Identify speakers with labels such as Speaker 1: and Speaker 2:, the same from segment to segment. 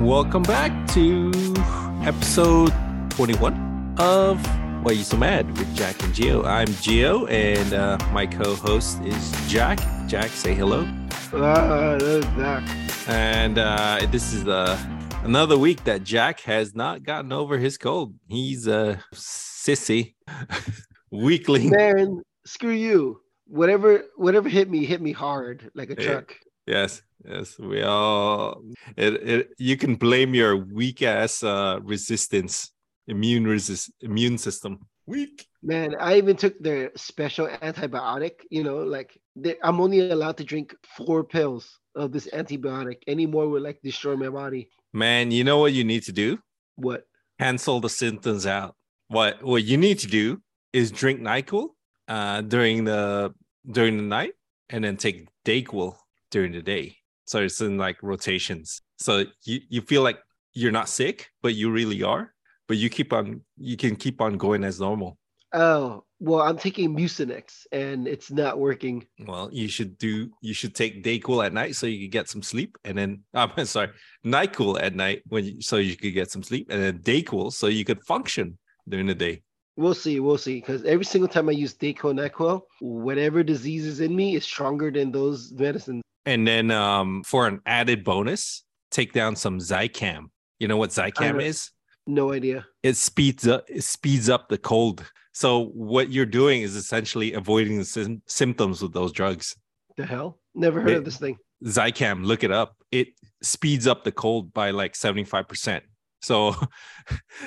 Speaker 1: Welcome back to episode 21 of Why You So Mad with Jack and Geo. I'm Geo, and uh, my co-host is Jack. Jack, say hello. And uh, this is uh, another week that Jack has not gotten over his cold. He's a sissy, weakling.
Speaker 2: Man, screw you. Whatever whatever hit me, hit me hard like a
Speaker 1: Yeah.
Speaker 2: truck.
Speaker 1: Yes, yes, we all. It, it you can blame your weak ass uh, resistance, immune resist, immune system. Weak.
Speaker 2: Man, I even took their special antibiotic, you know, like they, I'm only allowed to drink four pills of this antibiotic. Any more would like destroy my body.
Speaker 1: Man, you know what you need to do?
Speaker 2: What?
Speaker 1: Cancel the symptoms out. What what you need to do is drink Nyquil uh, during the during the night, and then take Dayquil during the day. So it's in like rotations. So you you feel like you're not sick, but you really are. But you keep on you can keep on going as normal.
Speaker 2: Oh, well, I'm taking Mucinex and it's not working.
Speaker 1: Well, you should do. You should take Dayquil at night so you could get some sleep, and then I'm sorry, Nyquil at night when you, so you could get some sleep, and then Dayquil so you could function during the day.
Speaker 2: We'll see, we'll see. Because every single time I use Dayquil, Nyquil, whatever disease is in me is stronger than those medicines.
Speaker 1: And then um, for an added bonus, take down some Zycam. You know what Zycam
Speaker 2: know.
Speaker 1: is?
Speaker 2: No idea.
Speaker 1: It speeds up. It speeds up the cold. So what you're doing is essentially avoiding the sym- symptoms with those drugs.
Speaker 2: The hell? Never heard
Speaker 1: Wait.
Speaker 2: of this thing.
Speaker 1: Zycam, look it up. It speeds up the cold by like 75%. So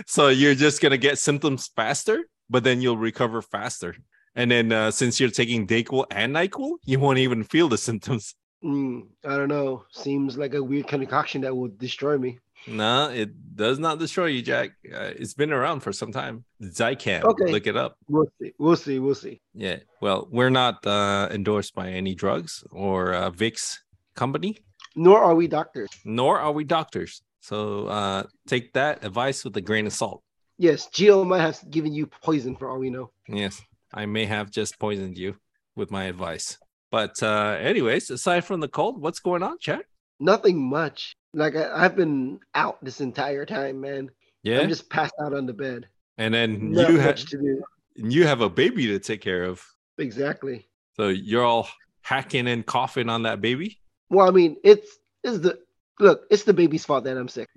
Speaker 1: so you're just going to get symptoms faster, but then you'll recover faster. And then uh, since you're taking Dayquil and Nyquil, you won't even feel the symptoms.
Speaker 2: Mm, I don't know. Seems like a weird concoction that will destroy me.
Speaker 1: No, it does not destroy you, Jack. Uh, it's been around for some time. Zycam,
Speaker 2: Okay.
Speaker 1: look it up.
Speaker 2: We'll see. We'll see. We'll see.
Speaker 1: Yeah. Well, we're not uh, endorsed by any drugs or uh, Vicks company.
Speaker 2: Nor are we doctors.
Speaker 1: nor are we doctors. So uh, take that advice with a grain of salt.
Speaker 2: Yes, Geo might have given you poison for all we know.
Speaker 1: Yes, I may have just poisoned you with my advice. But uh, anyways, aside from the cold, what's going on, Jack?
Speaker 2: Nothing much. Like I, I've been out this entire time, man.
Speaker 1: Yeah,
Speaker 2: I'm just passed out on the bed.
Speaker 1: and then
Speaker 2: Not
Speaker 1: you
Speaker 2: much
Speaker 1: have
Speaker 2: to do.
Speaker 1: you have a baby to take care of,
Speaker 2: Exactly.
Speaker 1: so you're all hacking and coughing on that baby.
Speaker 2: Well, I mean, it's it's the look. It's the baby's fault that I'm sick.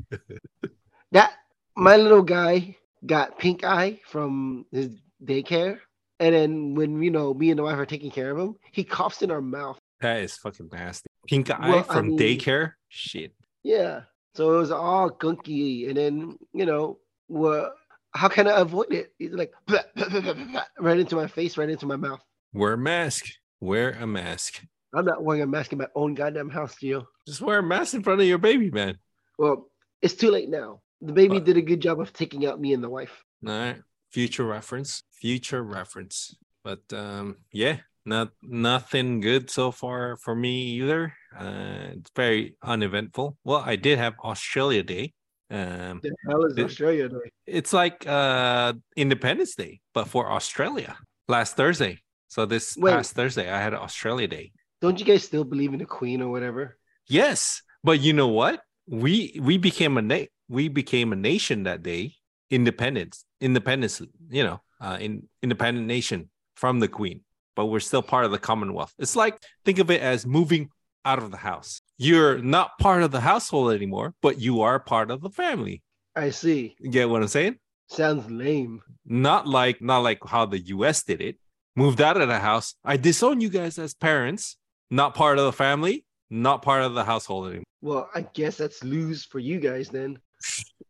Speaker 2: that my little guy got pink eye from his daycare, and then when you know me and the wife are taking care of him, he coughs in our mouth.
Speaker 1: That is fucking nasty. Pink eye
Speaker 2: Well, I
Speaker 1: from
Speaker 2: mean-
Speaker 1: daycare. Shit.
Speaker 2: Yeah. So it was all gunky, and then you know, well, how can I avoid it? He's like "Blah, blah, blah, blah, blah," right into my face, right into my mouth.
Speaker 1: Wear a mask. Wear a mask.
Speaker 2: I'm not wearing a mask in my own goddamn house, Gio.
Speaker 1: Just wear a mask in front of your baby, man.
Speaker 2: Well, it's too late now. The baby
Speaker 1: But-
Speaker 2: did a good job of taking out me and the wife.
Speaker 1: All right. Future reference. Future reference. But um, yeah, not nothing good so far for me either. Uh, it's very uneventful. Well, I did have Australia Day. Um,
Speaker 2: The hell is
Speaker 1: Did-
Speaker 2: Australia doing?
Speaker 1: it's like uh, Independence Day, but for Australia last Thursday. So this
Speaker 2: Wait.
Speaker 1: past Thursday, I had Australia Day.
Speaker 2: Don't you guys still believe in the Queen or whatever?
Speaker 1: Yes, but you know what? We we became a na- we became a nation that day. Independence, independence, you know, uh, in independent nation from the Queen, but we're still part of the Commonwealth. It's like think of it as moving out of the house. You're not part of the household anymore, but you are part of the family.
Speaker 2: I see.
Speaker 1: You get what I'm saying?
Speaker 2: Sounds lame.
Speaker 1: Not like not like how the U.S. did it. Moved out of the house. I disown you guys as parents. Not part of the family. Not part of the household anymore.
Speaker 2: Well, I guess that's lose for you guys then.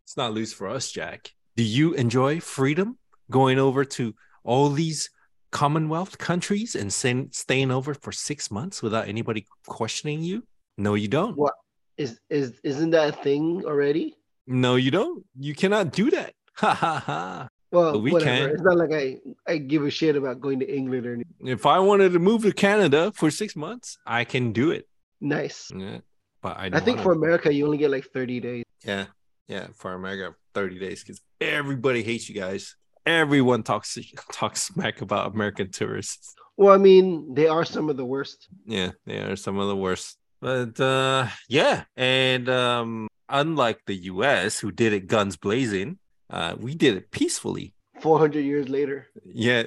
Speaker 1: it's not loose for us, Jack. Do you enjoy freedom going over to all these Commonwealth countries and sen- staying over for six months without anybody questioning you? No, you don't.
Speaker 2: What? Is is isn't that a thing already?
Speaker 1: No, you don't. You cannot do that. Ha ha ha.
Speaker 2: Well,
Speaker 1: But we
Speaker 2: whatever.
Speaker 1: can.
Speaker 2: It's not like I I give a shit about going to England or anything.
Speaker 1: If I wanted to move to Canada for six months, I can do it.
Speaker 2: Nice.
Speaker 1: Yeah. But I,
Speaker 2: I
Speaker 1: don't
Speaker 2: think
Speaker 1: wanna.
Speaker 2: for America you only get like 30 days.
Speaker 1: Yeah. Yeah. For America, 30 days because everybody hates you guys. Everyone talks talks smack about American tourists.
Speaker 2: Well, I mean, they are some of the worst.
Speaker 1: yeah they are some of the worst but uh yeah and um unlike the U.S., who did it guns blazing, uh, we did it peacefully.
Speaker 2: 400 years later.
Speaker 1: Yeah,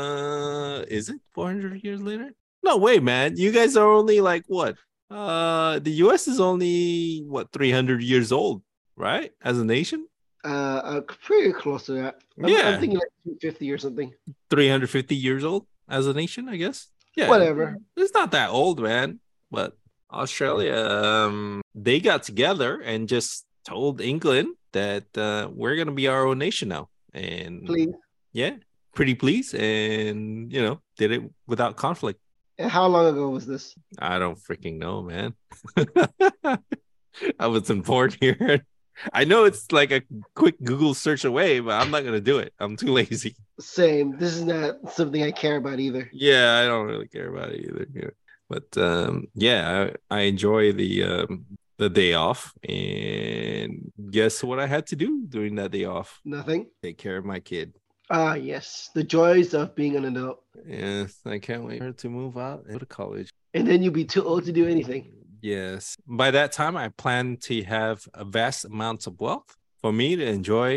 Speaker 1: no, is it 400 years later? No way, man. You guys are only like what? Uh, the U.S. is only what 300 years old, right? As a nation,
Speaker 2: Uh, uh pretty close to that. I'm,
Speaker 1: Yeah.
Speaker 2: I'm thinking like 250 or something.
Speaker 1: 350 years old as a nation, I guess. Yeah,
Speaker 2: Whatever.
Speaker 1: It's not that old, man. But Australia, um, they got together and just told England that uh, we're gonna be our own nation now, and
Speaker 2: Please.
Speaker 1: yeah, pretty please, and you know, did it without conflict.
Speaker 2: And how long ago was this?
Speaker 1: I don't freaking know, man. I wasn't born here. I know it's like a quick Google search away, but I'm not gonna do it. I'm too lazy.
Speaker 2: Same. This is not something I care about either.
Speaker 1: Yeah, I don't really care about it either. Yeah. But um, yeah, I, I enjoy the um, the day off. And guess what I had to do during that day off?
Speaker 2: Nothing.
Speaker 1: Take care of my kid.
Speaker 2: Ah, yes. The joys of being an adult.
Speaker 1: Yes, I can't wait for her to move out and go to college.
Speaker 2: And then you'll be too old to do anything.
Speaker 1: Yes. By that time, I plan to have a vast amount of wealth for me to enjoy,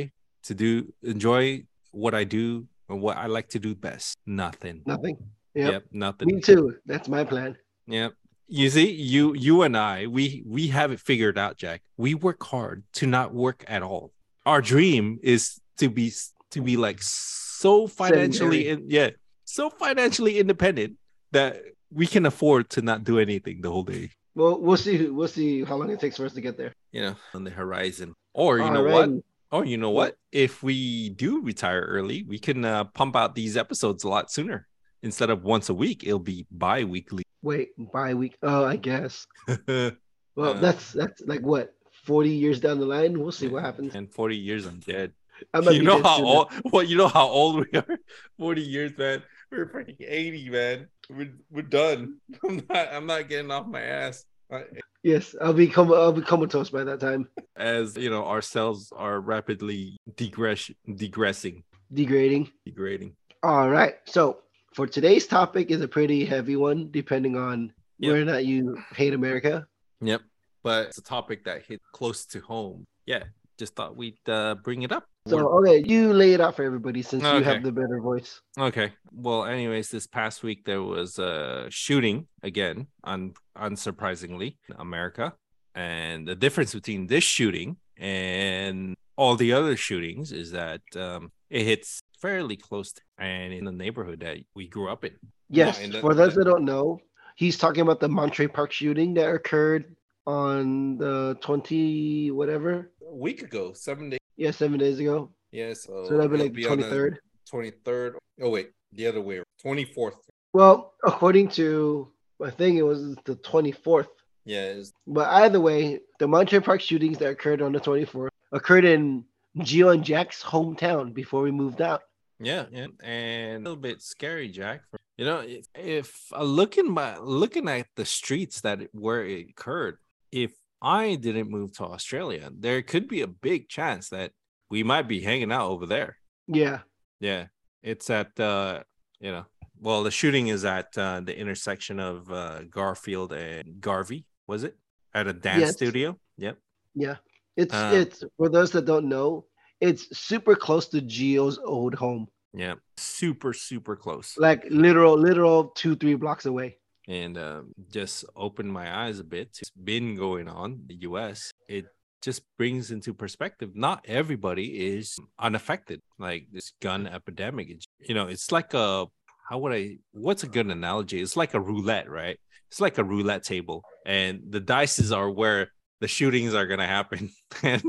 Speaker 1: to do, enjoy what I do and what I like to do best. Nothing.
Speaker 2: Nothing. Yep.
Speaker 1: nothing.
Speaker 2: Me too. That's my plan.
Speaker 1: Yep. You see, you you and I, we we have it figured out, Jack. We work hard to not work at all. Our dream is to be to be like so financially in, yeah, so financially independent that we can afford to not do anything the whole day.
Speaker 2: Well, we'll see. We'll see how long it takes for us to get there.
Speaker 1: you know, on the horizon. Or you know what?
Speaker 2: Alrighty.
Speaker 1: Or you know what? If we do retire early, we can uh, pump out these episodes a lot sooner. Instead of once a week, it'll be bi-weekly.
Speaker 2: Wait, bye week. Oh, I guess.
Speaker 1: and
Speaker 2: Well,
Speaker 1: Uh,
Speaker 2: that's that's like what forty years down the line. We'll see what happens.
Speaker 1: 40 years, I'm dead.
Speaker 2: I might
Speaker 1: You
Speaker 2: be
Speaker 1: know
Speaker 2: dead
Speaker 1: how
Speaker 2: sooner.
Speaker 1: old? Well, you know how old we are. 40 years, man. We're freaking 80, man. We're we're done. I'm not. I'm not getting off my ass. I-
Speaker 2: Yes, I'll be com- I'll be comatose by that time.
Speaker 1: As you know, our cells are rapidly degress degressing,
Speaker 2: Degrading.
Speaker 1: degrading.
Speaker 2: All right. So for today's topic is a pretty heavy one, depending on
Speaker 1: Yep.
Speaker 2: whether or not you hate America.
Speaker 1: Yep. But it's a topic that hit close to home. Yeah. Just thought we'd uh, bring it up.
Speaker 2: So okay, you lay it out for everybody since you
Speaker 1: Okay.
Speaker 2: have the better voice.
Speaker 1: okay. Well, anyways, this past week there was a shooting again, un- unsurprisingly, in America. And the difference between this shooting and all the other shootings is that um, it hits fairly close to, and in the neighborhood that we grew up in.
Speaker 2: Yes,
Speaker 1: and that-
Speaker 2: for those
Speaker 1: that-
Speaker 2: that don't know, he's talking about the Monterey Park shooting that occurred on the twenty whatever,
Speaker 1: A week ago, seven days.
Speaker 2: yeah, seven days ago.
Speaker 1: Yes. uh, Yeah,
Speaker 2: So that'd be like the twenty third.
Speaker 1: 23rd. Oh, wait. The other way. 24th.
Speaker 2: Well, according to I think it was the twenty fourth.
Speaker 1: Yeah. It was
Speaker 2: But either way, the Monterey Park shootings that occurred on the 24th occurred in Geo and Jack's hometown before we moved out.
Speaker 1: Yeah, yeah, and a little bit scary, Jack. You know, if, if uh, looking by looking at the streets that it, where it occurred, if I didn't move to Australia, there could be a big chance that we might be hanging out over there.
Speaker 2: Yeah.
Speaker 1: Yeah, it's at uh, you know, well, the shooting is at uh, the intersection of uh, Garfield and Garvey. Was it at a dance
Speaker 2: Yes.
Speaker 1: studio? Yep.
Speaker 2: It's
Speaker 1: Uh,
Speaker 2: it's for those that don't know, it's super close to Geo's old home.
Speaker 1: Yeah, super, super close.
Speaker 2: Like literal literal two, three blocks away.
Speaker 1: and um, just opened my eyes a bit. to It's been going on the U.S. It just brings into perspective. Not everybody is unaffected. Like this gun epidemic, it's, you know, it's like a how would I? What's a good analogy? It's like a roulette, right? It's like a roulette table, and the dices are where the shootings are going to happen, and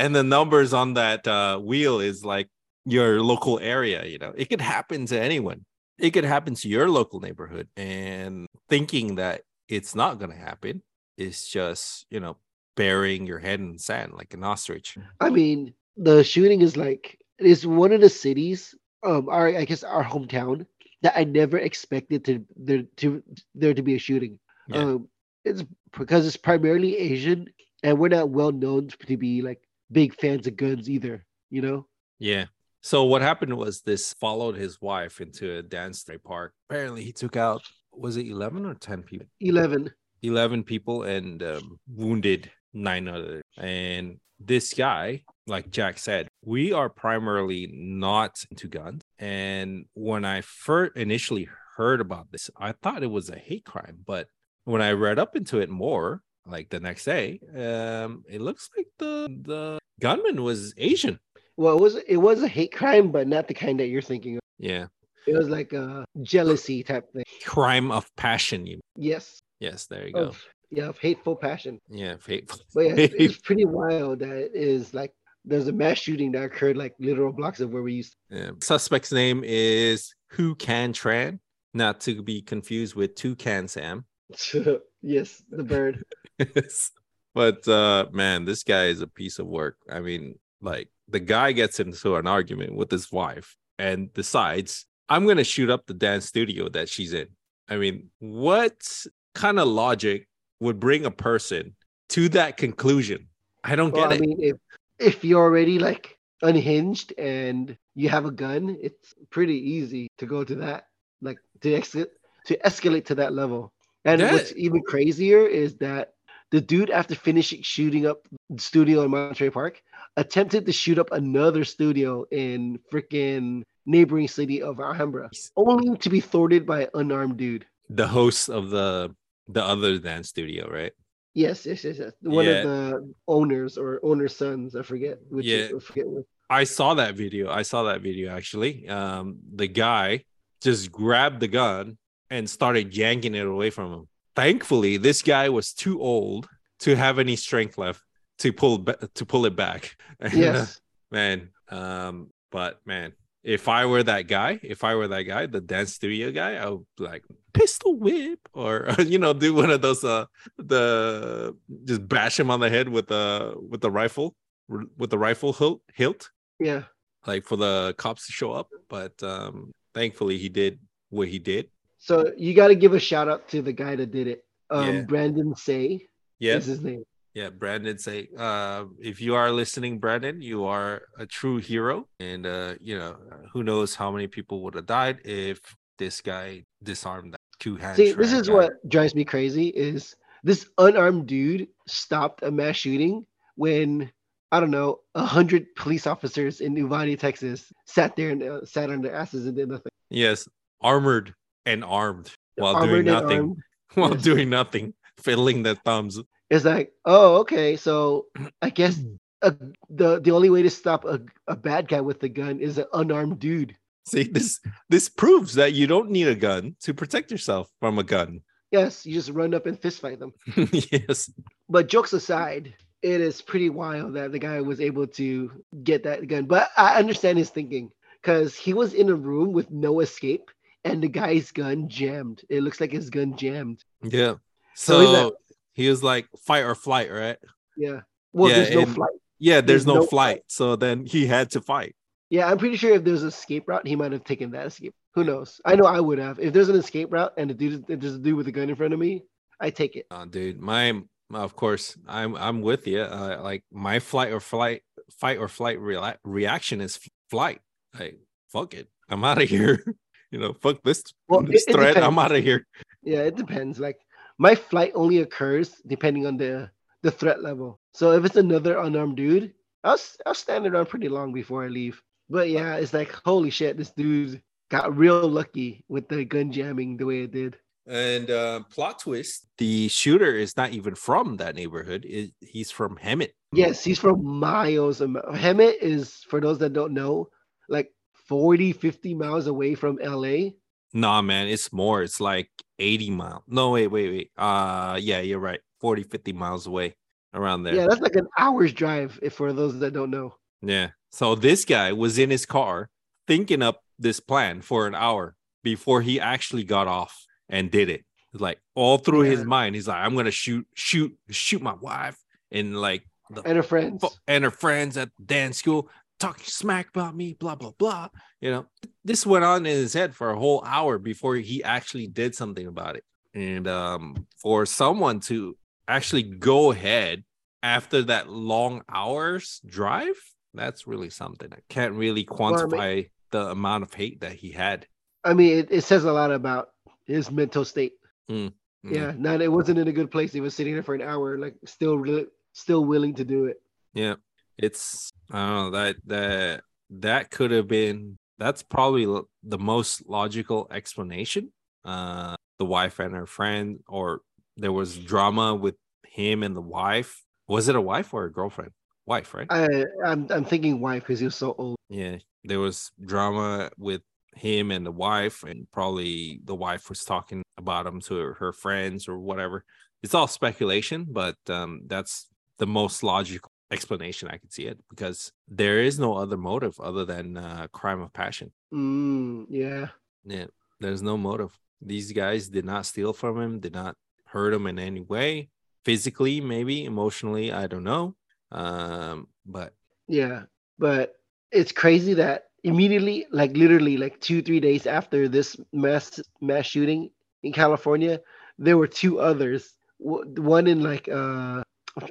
Speaker 1: and the numbers on that uh, wheel is like your local area. You know, it could happen to anyone. It could happen to your local neighborhood, and thinking that it's not going to happen is just you know burying your head in the sand like an ostrich
Speaker 2: I mean, the shooting is like it's one of the cities, um, our I guess our hometown that I never expected to there to there to be a shooting.
Speaker 1: Yeah.
Speaker 2: Um, it's because it's primarily Asian, and we're not well known to be like big fans of guns either. You know,
Speaker 1: yeah so what happened was this followed his wife into a dance day park apparently he took out was it 11 or 10 people
Speaker 2: eleven.
Speaker 1: 11 people and um, wounded nine others. And this guy, like Jack said, we are primarily not into guns. And when I first initially heard about this, I thought it was a hate crime. But when I read up into it more, like the next day, um, it looks like the the gunman was Asian.
Speaker 2: Well, it was it was a hate crime, but not the kind that you're thinking of.
Speaker 1: Yeah,
Speaker 2: It was like a jealousy type thing.
Speaker 1: crime of passion. You
Speaker 2: Yes.
Speaker 1: yes, there you go.
Speaker 2: Of, yeah, of hateful passion.
Speaker 1: Yeah, fateful.
Speaker 2: But yeah, it's, it's pretty wild that it is like there's a mass shooting that occurred like literal blocks of where we used to.
Speaker 1: Yeah. Suspect's name is Who Can Tran, not to be confused with Two Can Sam.
Speaker 2: yes, the bird.
Speaker 1: but uh man, this guy is a piece of work. I mean, like the guy gets into an argument with his wife and decides, I'm gonna shoot up the dance studio that she's in. I mean, what kind of logic would bring a person to that conclusion? I don't
Speaker 2: Well,
Speaker 1: get
Speaker 2: I
Speaker 1: it.
Speaker 2: mean, if if you're already like unhinged and you have a gun, it's pretty easy to go to that, like to exit to escalate to that level. And
Speaker 1: Yeah.
Speaker 2: what's even crazier is that the dude, after finishing shooting up the studio in Monterey Park, attempted to shoot up another studio in freaking neighboring city of Alhambra, only to be thwarted by an unarmed dude.
Speaker 1: the host of the the other dance studio, right?
Speaker 2: Yes, yes, yes, yes. One
Speaker 1: Yeah.
Speaker 2: of the owners or owner's sons, I forget which.
Speaker 1: Yeah.
Speaker 2: I forget which.
Speaker 1: I saw that video. I saw that video actually. Um, the guy just grabbed the gun and started yanking it away from him. Thankfully, this guy was too old to have any strength left to pull ba- to pull it back. And, uh,
Speaker 2: Yes.
Speaker 1: man. Um, but man, if I were that guy, if I were that guy, the dance studio guy, I would be like pistol whip or you know do one of those uh the just bash him on the head with the with the rifle with the rifle hilt hilt
Speaker 2: Yeah.
Speaker 1: like for the cops to show up. But um, thankfully, he did what he did.
Speaker 2: So you got to give a shout out to the guy that did it. Um,
Speaker 1: Yeah.
Speaker 2: Brandon Say
Speaker 1: Yeah,
Speaker 2: is his name.
Speaker 1: yeah. Brandon, say uh, if you are listening, Brandon, you are a true hero, and uh, you know who knows how many people would have died if this guy disarmed that two hands.
Speaker 2: See, this is what drives me crazy is this unarmed dude stopped a mass shooting when I don't know a hundred police officers in Uvalde, Texas, sat there and uh, sat on their asses and did nothing.
Speaker 1: Yes, armored and armed while doing
Speaker 2: Armored and
Speaker 1: nothing.
Speaker 2: armed.
Speaker 1: While
Speaker 2: Yes.
Speaker 1: doing nothing, fiddling their thumbs.
Speaker 2: It's like, oh, okay. So I guess a, the the only way to stop a, a bad guy with a gun is an unarmed dude.
Speaker 1: See, this this proves that you don't need a gun to protect yourself from a gun.
Speaker 2: Yes, you just run up and fist fight them.
Speaker 1: yes.
Speaker 2: but jokes aside, it is pretty wild that the guy was able to get that gun. But I understand his thinking because he was in a room with no escape, and the guy's gun jammed. It looks like his gun jammed.
Speaker 1: Yeah.
Speaker 2: So
Speaker 1: So,
Speaker 2: is that-
Speaker 1: he was like fight or flight, right?
Speaker 2: Yeah. Well,
Speaker 1: Yeah,
Speaker 2: there's no
Speaker 1: and-
Speaker 2: flight.
Speaker 1: Yeah, there's,
Speaker 2: There's
Speaker 1: no,
Speaker 2: no
Speaker 1: flight. So then he had to fight.
Speaker 2: Yeah, I'm pretty sure if there's an escape route, he might have taken that escape. Who knows? I know I would have. If there's an escape route and a dude, if there's a dude with a gun in front of me, I take it.
Speaker 1: Oh, dude, my of course I'm I'm with you. Uh, like my flight or flight fight or flight rela- reaction is f- flight. Like fuck it, I'm out of here. you know, fuck this
Speaker 2: Well,
Speaker 1: this
Speaker 2: it- it
Speaker 1: threat.
Speaker 2: depends.
Speaker 1: I'm out of here.
Speaker 2: Yeah, it depends. Like my flight only occurs depending on the the threat level. So if it's another unarmed dude, I'll s- I'll stand around pretty long before I leave. But yeah, it's like holy shit, this dude got real lucky with the gun jamming the way it did.
Speaker 1: And uh, plot twist: the shooter is not even from that neighborhood. It, he's from Hemet.
Speaker 2: Yes, he's from miles. Of, Hemet is for those that don't know, like 40, 50 miles away from LA.
Speaker 1: Nah, man, it's more. It's like 80 mile. No, wait, wait, wait. Uh, yeah, you're right. 40, 50 miles away around there.
Speaker 2: Yeah,
Speaker 1: Yeah.
Speaker 2: that's like an hour's drive if for those that don't know.
Speaker 1: So this guy was in his car thinking up this plan for an hour before he actually got off and did it. Like all through his
Speaker 2: Yeah.
Speaker 1: mind, he's like, I'm gonna shoot, shoot, shoot my wife and like the
Speaker 2: And her friends.
Speaker 1: fo- and her friends at dance school talking smack about me, blah blah blah. You know, this went on in his head for a whole hour before he actually did something about it. And um, for someone to actually go ahead after that long hours drive, that's really something. I can't really
Speaker 2: I mean-
Speaker 1: quantify the amount of hate that he had.
Speaker 2: I mean, it, it says a lot about his mental state.
Speaker 1: Mm, mm.
Speaker 2: Yeah, not it wasn't in a good place. He was sitting there for an hour, like still really still willing to do it.
Speaker 1: Yeah, it's I don't know that that that could have been that's probably l- the most logical explanation. Uh, the wife and her friend, or there was drama with him and the wife. Was it a wife or a girlfriend? Wife, right?
Speaker 2: I I'm I'm thinking why because you're so old.
Speaker 1: yeah, there was drama with him and the wife, and probably the wife was talking about him to her, her friends or whatever. It's all speculation, but um, that's the most logical explanation I could see it because there is no other motive other than uh, crime of passion.
Speaker 2: Mm, yeah.
Speaker 1: Yeah, there's no motive. These guys did not steal from him, did not hurt him in any way, physically, maybe emotionally, I don't know. Um, but
Speaker 2: Yeah, but it's crazy that immediately, like literally, like two three days after this mass mass shooting in California, there were two others. W- One in like uh,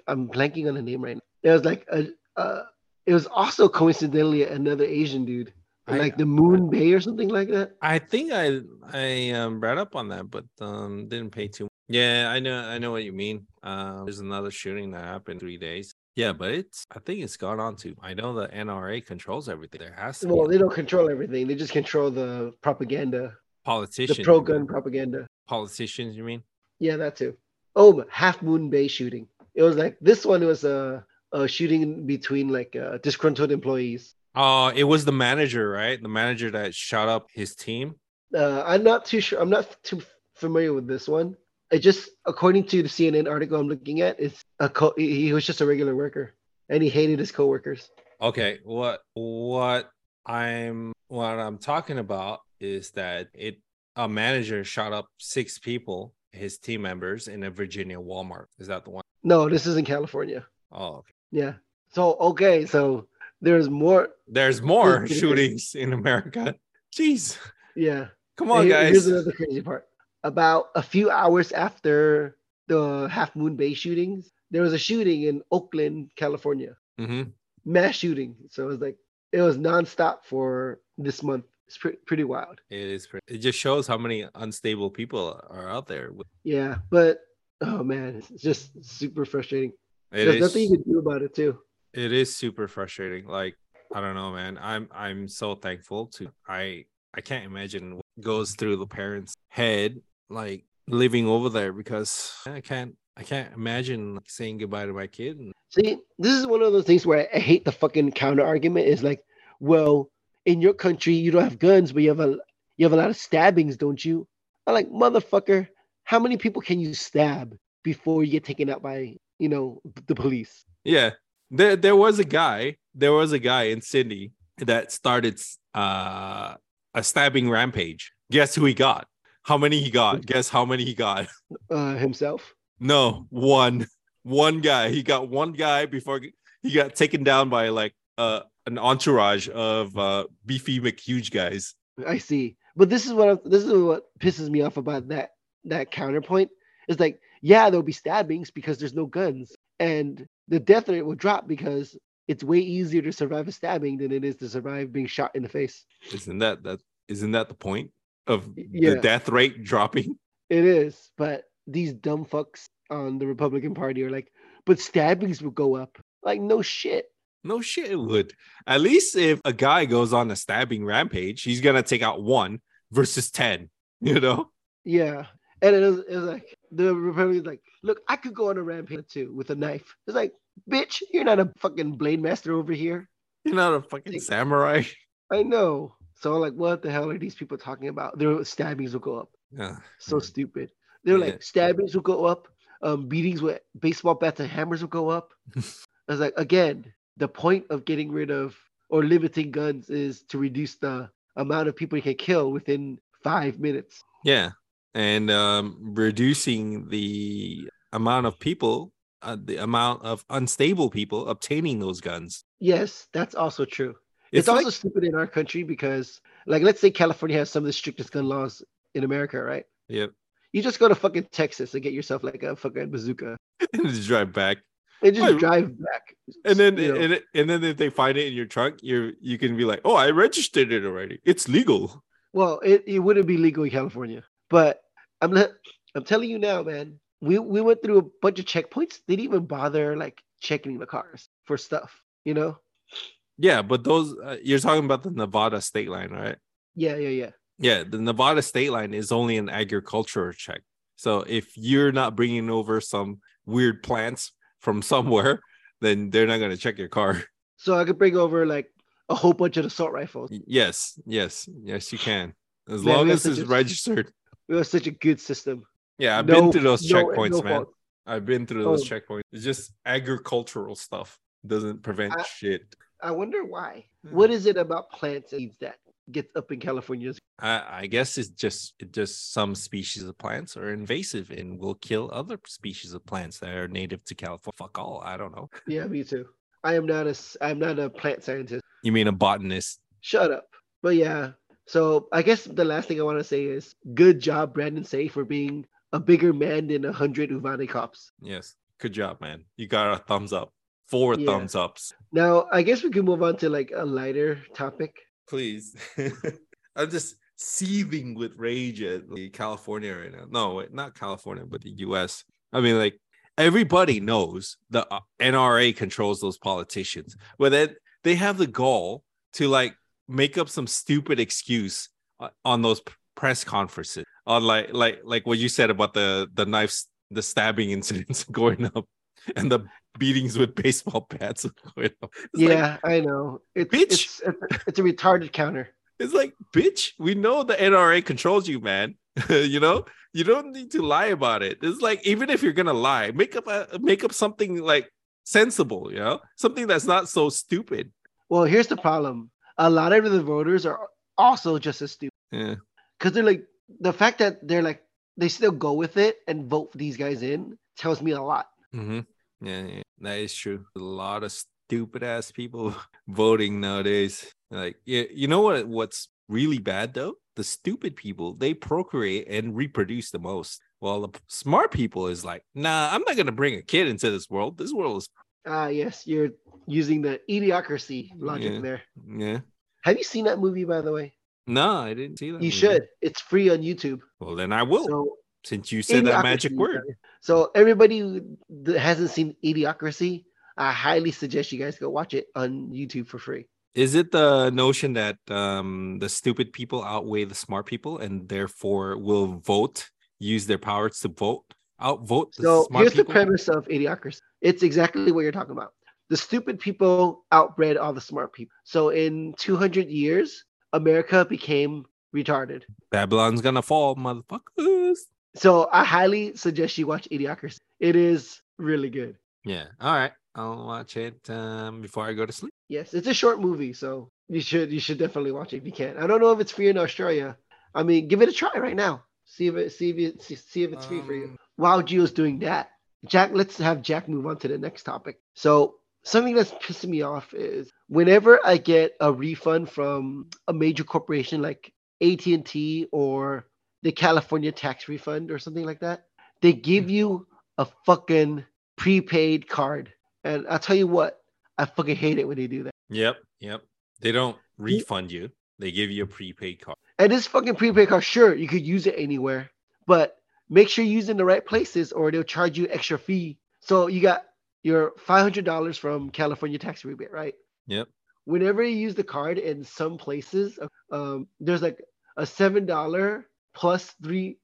Speaker 2: I'm blanking on the name right now. There was like a uh, it was also coincidentally another Asian dude,
Speaker 1: I-
Speaker 2: like the Moon Bay or something like that.
Speaker 1: I think I I um, read up on that, but um, didn't pay too. Yeah, I know I know what you mean. Um, there's another shooting that happened three days. Yeah, but it's I think it's gone on to. I know the NRA controls everything. There has to
Speaker 2: Well,
Speaker 1: be
Speaker 2: they
Speaker 1: a
Speaker 2: don't control everything; they just control the propaganda,
Speaker 1: politician.
Speaker 2: the
Speaker 1: you
Speaker 2: pro
Speaker 1: mean?
Speaker 2: gun propaganda.
Speaker 1: politicians. You mean?
Speaker 2: Yeah, that too. Oh, Half Moon Bay shooting. It was like this one was a, a shooting between like uh, disgruntled employees.
Speaker 1: Oh, it was the manager, right? The manager that shot up his team.
Speaker 2: Uh, I'm not too sure. I'm not too familiar with this one. It just, according to the CNN article I'm looking at, it's a co- he he was just a regular worker and he hated his coworkers.
Speaker 1: Okay, what what I'm what I'm talking about is that it a manager shot up six people, his team members, in a Virginia Walmart. Is that the one?
Speaker 2: No, this is in California.
Speaker 1: Oh, okay.
Speaker 2: Yeah. So okay, so there's more.
Speaker 1: there's more
Speaker 2: Okay.
Speaker 1: shootings in America. Jeez,
Speaker 2: Yeah.
Speaker 1: come on,
Speaker 2: Here-
Speaker 1: guys.
Speaker 2: Here's another crazy part. About a few hours after the Half Moon Bay shootings, there was a shooting in Oakland, California.
Speaker 1: hmm
Speaker 2: Mass shooting. So it was like it was nonstop for this month. It's pre- pretty wild.
Speaker 1: It is. Pretty, it just shows how many unstable people are out there.
Speaker 2: Yeah, but oh man, it's just super frustrating.
Speaker 1: It
Speaker 2: There's
Speaker 1: is-
Speaker 2: nothing you can do about it too.
Speaker 1: it is super frustrating like i don't know man i'm i'm so thankful to i i can't imagine what goes through the parents head like living over there because i can't i can't imagine like, saying goodbye to my kid and
Speaker 2: See, this is one of those things where I I hate the fucking counter argument. Is like, well, in your country you don't have guns, but you have a you have a lot of stabbings, don't you? I'm like, motherfucker, how many people can you stab before you get taken out by you know the police?
Speaker 1: yeah there there was a guy there was a guy in sydney that started uh a stabbing rampage guess who he got how many he got guess how many he got
Speaker 2: Uh, himself.
Speaker 1: No, one, one guy. He got one guy before he got taken down by like uh, an entourage of uh, beefy McHuge guys.
Speaker 2: I see, but this is what I'm, this is what pisses me off about that that counterpoint. It's like, yeah, there'll be stabbings because there's no guns, and the death rate will drop because it's way easier to survive a stabbing than it is to survive being shot in the face.
Speaker 1: Isn't that that? Isn't that the point of
Speaker 2: Yeah.
Speaker 1: the death rate dropping?
Speaker 2: It is, but these dumb fucks on the Republican Party are like, but stabbings will go up. Like, no shit.
Speaker 1: No shit, it would. At least if a guy goes on a stabbing rampage, he's gonna take out one versus ten. You know?
Speaker 2: Yeah. And it was, it was like, the Republicans like, look, I could go on a rampage too with a knife. It's like, bitch, you're not a fucking blade master over here.
Speaker 1: You're not a fucking samurai.
Speaker 2: I know. So I'm like, what the hell are these people talking about? Their stabbings will go up.
Speaker 1: Yeah.
Speaker 2: So
Speaker 1: Yeah.
Speaker 2: stupid. They're
Speaker 1: Mm. Yeah.
Speaker 2: like stabbings will go up, um, beatings with baseball bats and hammers will go up. I was like, again, the point of getting rid of or limiting guns is to reduce the amount of people you can kill within five minutes.
Speaker 1: Yeah, and um, reducing the amount of people, uh, the amount of unstable people obtaining those guns.
Speaker 2: Yes, that's also true. It's,
Speaker 1: It's,
Speaker 2: also
Speaker 1: like,
Speaker 2: stupid in our country because, like, let's say California has some of the strictest gun laws in America, right?
Speaker 1: Yep.
Speaker 2: You just go to fucking Texas and get yourself like a fucking bazooka
Speaker 1: just drive back,
Speaker 2: and just
Speaker 1: Right.
Speaker 2: drive back.
Speaker 1: and then
Speaker 2: You know.
Speaker 1: and, it- and then if they find it in your trunk, you you can be like, oh, I registered it already. It's legal.
Speaker 2: Well, it, it wouldn't be legal in California, but I'm not, I'm telling you now, man. we we went through a bunch of checkpoints. They didn't even bother like checking the cars for stuff, you know?
Speaker 1: Yeah, but those uh, you're talking about the Nevada state line, right?
Speaker 2: Yeah, yeah, yeah.
Speaker 1: Yeah, the Nevada state line is only an agricultural check. So if you're not bringing over some weird plants from somewhere, then they're not going to check your car.
Speaker 2: So I could bring over like a whole bunch of assault rifles.
Speaker 1: Yes, yes, yes, you can. As
Speaker 2: Man,
Speaker 1: long
Speaker 2: we
Speaker 1: as
Speaker 2: have
Speaker 1: it's
Speaker 2: to just-
Speaker 1: registered.
Speaker 2: We have such a good system.
Speaker 1: Yeah, I've
Speaker 2: No-
Speaker 1: been through those
Speaker 2: no-
Speaker 1: checkpoints,
Speaker 2: no
Speaker 1: man.
Speaker 2: fault.
Speaker 1: I've been through those
Speaker 2: Oh.
Speaker 1: checkpoints. It's just agricultural stuff doesn't prevent
Speaker 2: I-
Speaker 1: shit.
Speaker 2: I wonder why.
Speaker 1: Hmm.
Speaker 2: What is it about plants that needs that gets up in California?
Speaker 1: I, I guess it's just it just some species of plants are invasive and will kill other species of plants that are native to California. Fuck all. I don't know.
Speaker 2: Yeah, me too. I am not a s- I'm not a plant scientist.
Speaker 1: You mean a botanist?
Speaker 2: Shut up. But yeah. So I guess the last thing I want to say is good job, Brandon Say, for being a bigger man than a hundred Uvani cops.
Speaker 1: Yes. Good job, man. You got a thumbs up. Four
Speaker 2: Yeah.
Speaker 1: thumbs ups.
Speaker 2: Now I guess we can move on to like a lighter topic.
Speaker 1: Please. I'm just seething with rage at the California right now. No, wait, not California, but the US. I mean, like everybody knows the uh, NRA controls those politicians, but then they have the gall to like make up some stupid excuse uh, on those p- press conferences on like like like what you said about the the knives the stabbing incidents going up and the beatings with baseball bats going up. It's like,
Speaker 2: yeah, I know. It's
Speaker 1: Bitch.
Speaker 2: it's it's a, it's a retarded counter.
Speaker 1: It's like, bitch, we know the NRA controls you, man. you know, you don't need to lie about it. It's like even if you're gonna lie, make up a make up something like sensible, you know, something that's not so stupid.
Speaker 2: Well, here's the problem. A lot of the voters are also just as stupid
Speaker 1: Yeah,
Speaker 2: because they're like the fact that they're like they still go with it and vote these guys in tells me a lot.
Speaker 1: mm-hmm. yeah, yeah, that is true. A lot of stupid ass people voting nowadays. Like, you, you know what? What's really bad though? The stupid people they procreate and reproduce the most. While the smart people is like, nah, I'm not gonna bring a kid into this world. This world is
Speaker 2: Ah, yes, you're using the idiocracy logic
Speaker 1: Yeah.
Speaker 2: there.
Speaker 1: yeah.
Speaker 2: Have you seen that movie, by the way?
Speaker 1: No, I didn't see that. movie.
Speaker 2: You should. It's free on YouTube.
Speaker 1: Well, then I will,
Speaker 2: So
Speaker 1: since you said that magic
Speaker 2: Idiocracy,
Speaker 1: word.
Speaker 2: guys. So everybody who that hasn't seen Idiocracy, I highly suggest you guys go watch it on YouTube for free.
Speaker 1: Is it the notion that um, the stupid people outweigh the smart people and therefore will vote, use their powers to vote, outvote the
Speaker 2: So
Speaker 1: smart
Speaker 2: here's
Speaker 1: people?
Speaker 2: the premise of Idiocracy. It's exactly what you're talking about. The stupid people outbred all the smart people. So in 200 years, America became retarded.
Speaker 1: Babylon's gonna fall, motherfuckers.
Speaker 2: So I highly suggest you watch Idiocracy. It is really good.
Speaker 1: Yeah. All right. I'll watch it um, before I go to sleep.
Speaker 2: Yes, it's a short movie, so you should you should definitely watch it if you can. I don't know if it's free in Australia. I mean, give it a try right now. See if it see if it, see- see if it's free for you.
Speaker 1: Um,
Speaker 2: While Gio's doing that, Jack, let's have Jack move on to the next topic. So something that's pissing me off is whenever I get a refund from a major corporation like AT and T or the California tax refund or something like that, they give you a fucking prepaid card, and I'll tell you what, I fucking hate it when they do that.
Speaker 1: Yep. Yep. They don't refund you, they give you a prepaid card.
Speaker 2: And this fucking prepaid card, sure, you could use it anywhere, but make sure you use it in the right places or they'll charge you extra fee. So you got your $500 from California tax rebate, right?
Speaker 1: Yep.
Speaker 2: Whenever you use the card in some places, um, there's like a $7 plus three,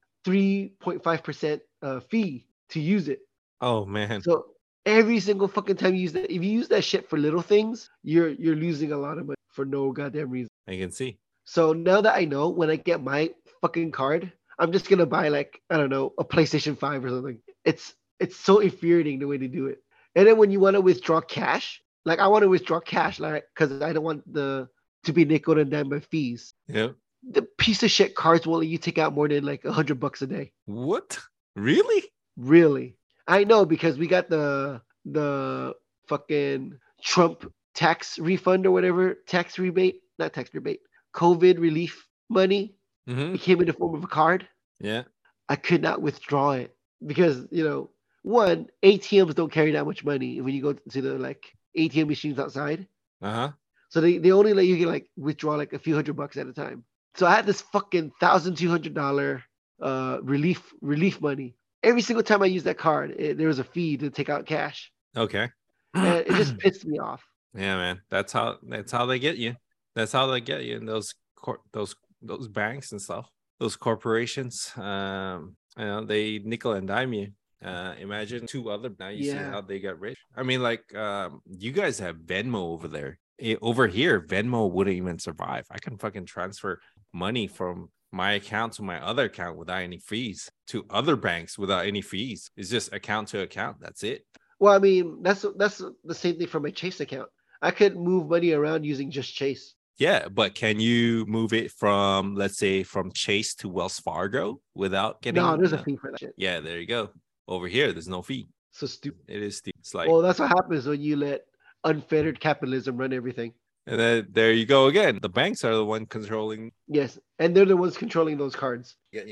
Speaker 2: 3.5% uh, fee to use it.
Speaker 1: Oh, man.
Speaker 2: So every single fucking time you use that, if you use that shit for little things, you're you're losing a lot of money for no goddamn reason.
Speaker 1: I can see.
Speaker 2: So now that I know when I get my fucking card, I'm just gonna buy like I don't know a PlayStation Five or something. It's it's so infuriating the way they do it. And then when you want to withdraw cash, like I want to withdraw cash, like because I don't want the to be nickel and dime by fees.
Speaker 1: Yep.
Speaker 2: The piece of shit cards won't let you take out more than like a hundred bucks a day.
Speaker 1: What? Really?
Speaker 2: Really, I know because we got the the fucking Trump tax refund or whatever tax rebate, not tax rebate, COVID relief money
Speaker 1: hmm
Speaker 2: it came in the form of a card.
Speaker 1: Yeah.
Speaker 2: I could not withdraw it because you know, one ATMs don't carry that much money when you go to the like ATM machines outside,
Speaker 1: Uh huh.
Speaker 2: so they, they only let you get like withdraw like a few hundred bucks at a time. So I had this fucking thousand two hundred dollar uh relief relief money, every single time I used that card, it, there was a fee to take out cash.
Speaker 1: Okay.
Speaker 2: And it just pissed me off.
Speaker 1: Yeah, man. That's how that's how they get you. That's how they get you in those cor- those those banks and stuff. Those corporations. Um, you know, they nickel and dime you. Uh, imagine two other. Now you see
Speaker 2: Yeah.
Speaker 1: how they got rich. I mean, like, um, you guys have Venmo over there. Eh, over here, Venmo wouldn't even survive. I can fucking transfer money from my account to my other account without any fees to other banks without any fees. It's just account to account. That's it.
Speaker 2: Well, I mean, that's that's the same thing for my Chase account. I could move money around using just Chase.
Speaker 1: Yeah, but can you move it from let's say from Chase to Wells Fargo without getting? uh,
Speaker 2: no, there's a fee for that shit.
Speaker 1: Yeah, there you go. Over here, there's no fee.
Speaker 2: So stupid.
Speaker 1: It is the, it's like
Speaker 2: well, that's what happens when you let unfettered capitalism run everything.
Speaker 1: and then there you go again. The banks are the one controlling.
Speaker 2: Yes, and they're the ones controlling those cards.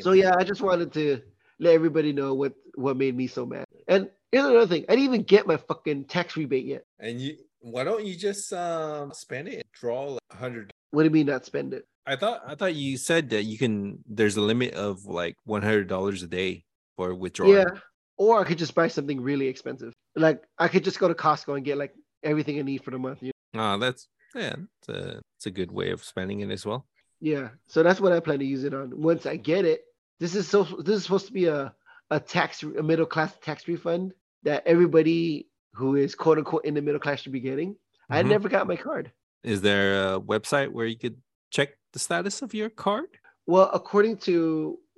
Speaker 2: So yeah, I just wanted to let everybody know what what made me so mad. And here's another thing: I didn't even get my fucking tax rebate yet.
Speaker 1: and you why don't you just um spend it? Draw like a hundred.
Speaker 2: What do you mean not spend it?
Speaker 1: I thought I thought you said that you can. There's a limit of like one hundred dollars a day for withdrawal.
Speaker 2: Yeah, or I could just buy something really expensive. Like I could just go to Costco and get like everything I need for the month. You
Speaker 1: Ah, that's yeah. It's a it's a good way of spending it as well.
Speaker 2: Yeah, so that's what I plan to use it on. Once I get it, this is so this is supposed to be a a tax a middle class tax refund that everybody who is quote unquote in the middle class should be getting. I
Speaker 1: Mhm.
Speaker 2: never got my card.
Speaker 1: Is there a website where you could check the status of your card?
Speaker 2: Well, according to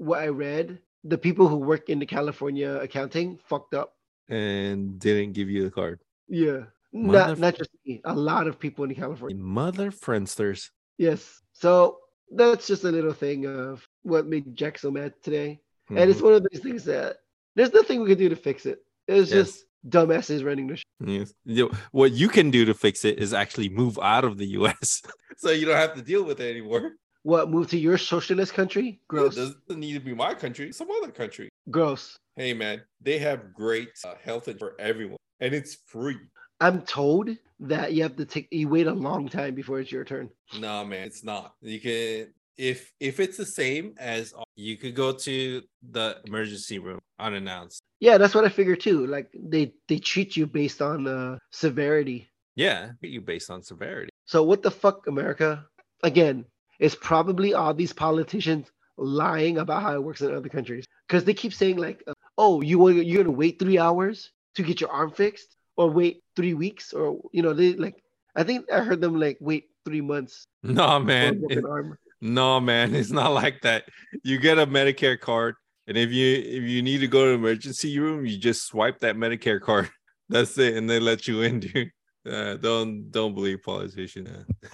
Speaker 2: what I read, the people who work in the California accounting fucked up.
Speaker 1: And didn't give you the card.
Speaker 2: Yeah, not
Speaker 1: Motherf- Mm.
Speaker 2: not just me, a lot of people in California.
Speaker 1: Mother friendsters.
Speaker 2: Yes, so that's just a little thing of what made Jack so mad today. And
Speaker 1: Mm-hmm.
Speaker 2: it's one of those things that there's nothing we can do to fix it. It's
Speaker 1: Yes.
Speaker 2: just dumbasses running the show.
Speaker 1: Mm-hmm. Yes. You- What you can do to fix it is actually move out of the US. so you don't have to deal with it anymore.
Speaker 2: What, move to your socialist country? Gross.
Speaker 1: need to be my country, some other country.
Speaker 2: Gross.
Speaker 1: Hey, man, they have great uh, health for everyone and it's free.
Speaker 2: I'm told that you have to take, you wait a long time before it's your turn.
Speaker 1: No, man, it's not. You can if if it's the same as you could go to the emergency room unannounced.
Speaker 2: Yeah, that's what I figure too. Like they, they treat you based on uh, severity.
Speaker 1: Yeah, you based on severity.
Speaker 2: So what the fuck, America? Again, it's probably all these politicians lying about how it works in other countries because they keep saying like, uh, "Oh, you wa- you're gonna wait three hours to get your arm fixed, or wait three weeks, or you know they like." I think I heard them like wait three months
Speaker 1: No,
Speaker 2: for a
Speaker 1: man, it-
Speaker 2: broken arm.
Speaker 1: No, man, it's not like that. You get a Medicare card, and if you if you need to go to emergency room, you just swipe that Medicare card. That's it, and they let you in, dude. Uh, don't don't believe politicians.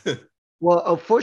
Speaker 1: Yeah.
Speaker 2: Well,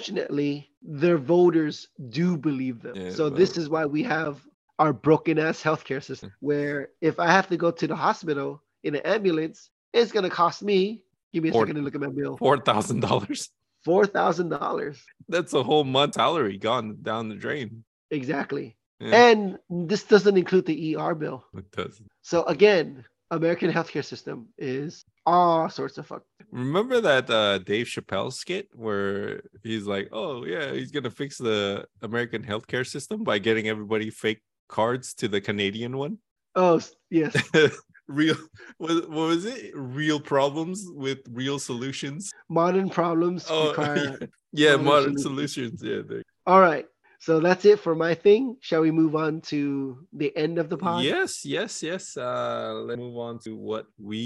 Speaker 2: unfortunately, their voters do believe them.
Speaker 1: Yeah,
Speaker 2: so
Speaker 1: well- Hmm.
Speaker 2: this is why we have our broken ass healthcare system where if I have to go to the hospital in an ambulance, it's gonna cost me. Give me a
Speaker 1: Four-
Speaker 2: second to look at my bill.
Speaker 1: Four thousand dollars.
Speaker 2: Four thousand dollars
Speaker 1: That's a whole month salary gone down the drain.
Speaker 2: exactly,
Speaker 1: Yeah,
Speaker 2: and this doesn't include the ER bill.
Speaker 1: it does.
Speaker 2: So again, American healthcare system is all sorts of fuck.
Speaker 1: Remember that uh, Dave Chappelle skit where he's like, "Oh yeah, he's gonna fix the American healthcare system by getting everybody fake cards to the Canadian one."
Speaker 2: Oh s- yes,
Speaker 1: real what, what was it real problems with real solutions
Speaker 2: modern problems
Speaker 1: Oh,
Speaker 2: require.
Speaker 1: yeah
Speaker 2: Modern
Speaker 1: modern solutions yeah there-
Speaker 2: All right, so that's it for my thing. Shall we move on to the end of the pod?
Speaker 1: yes yes yes uh let's move on to what we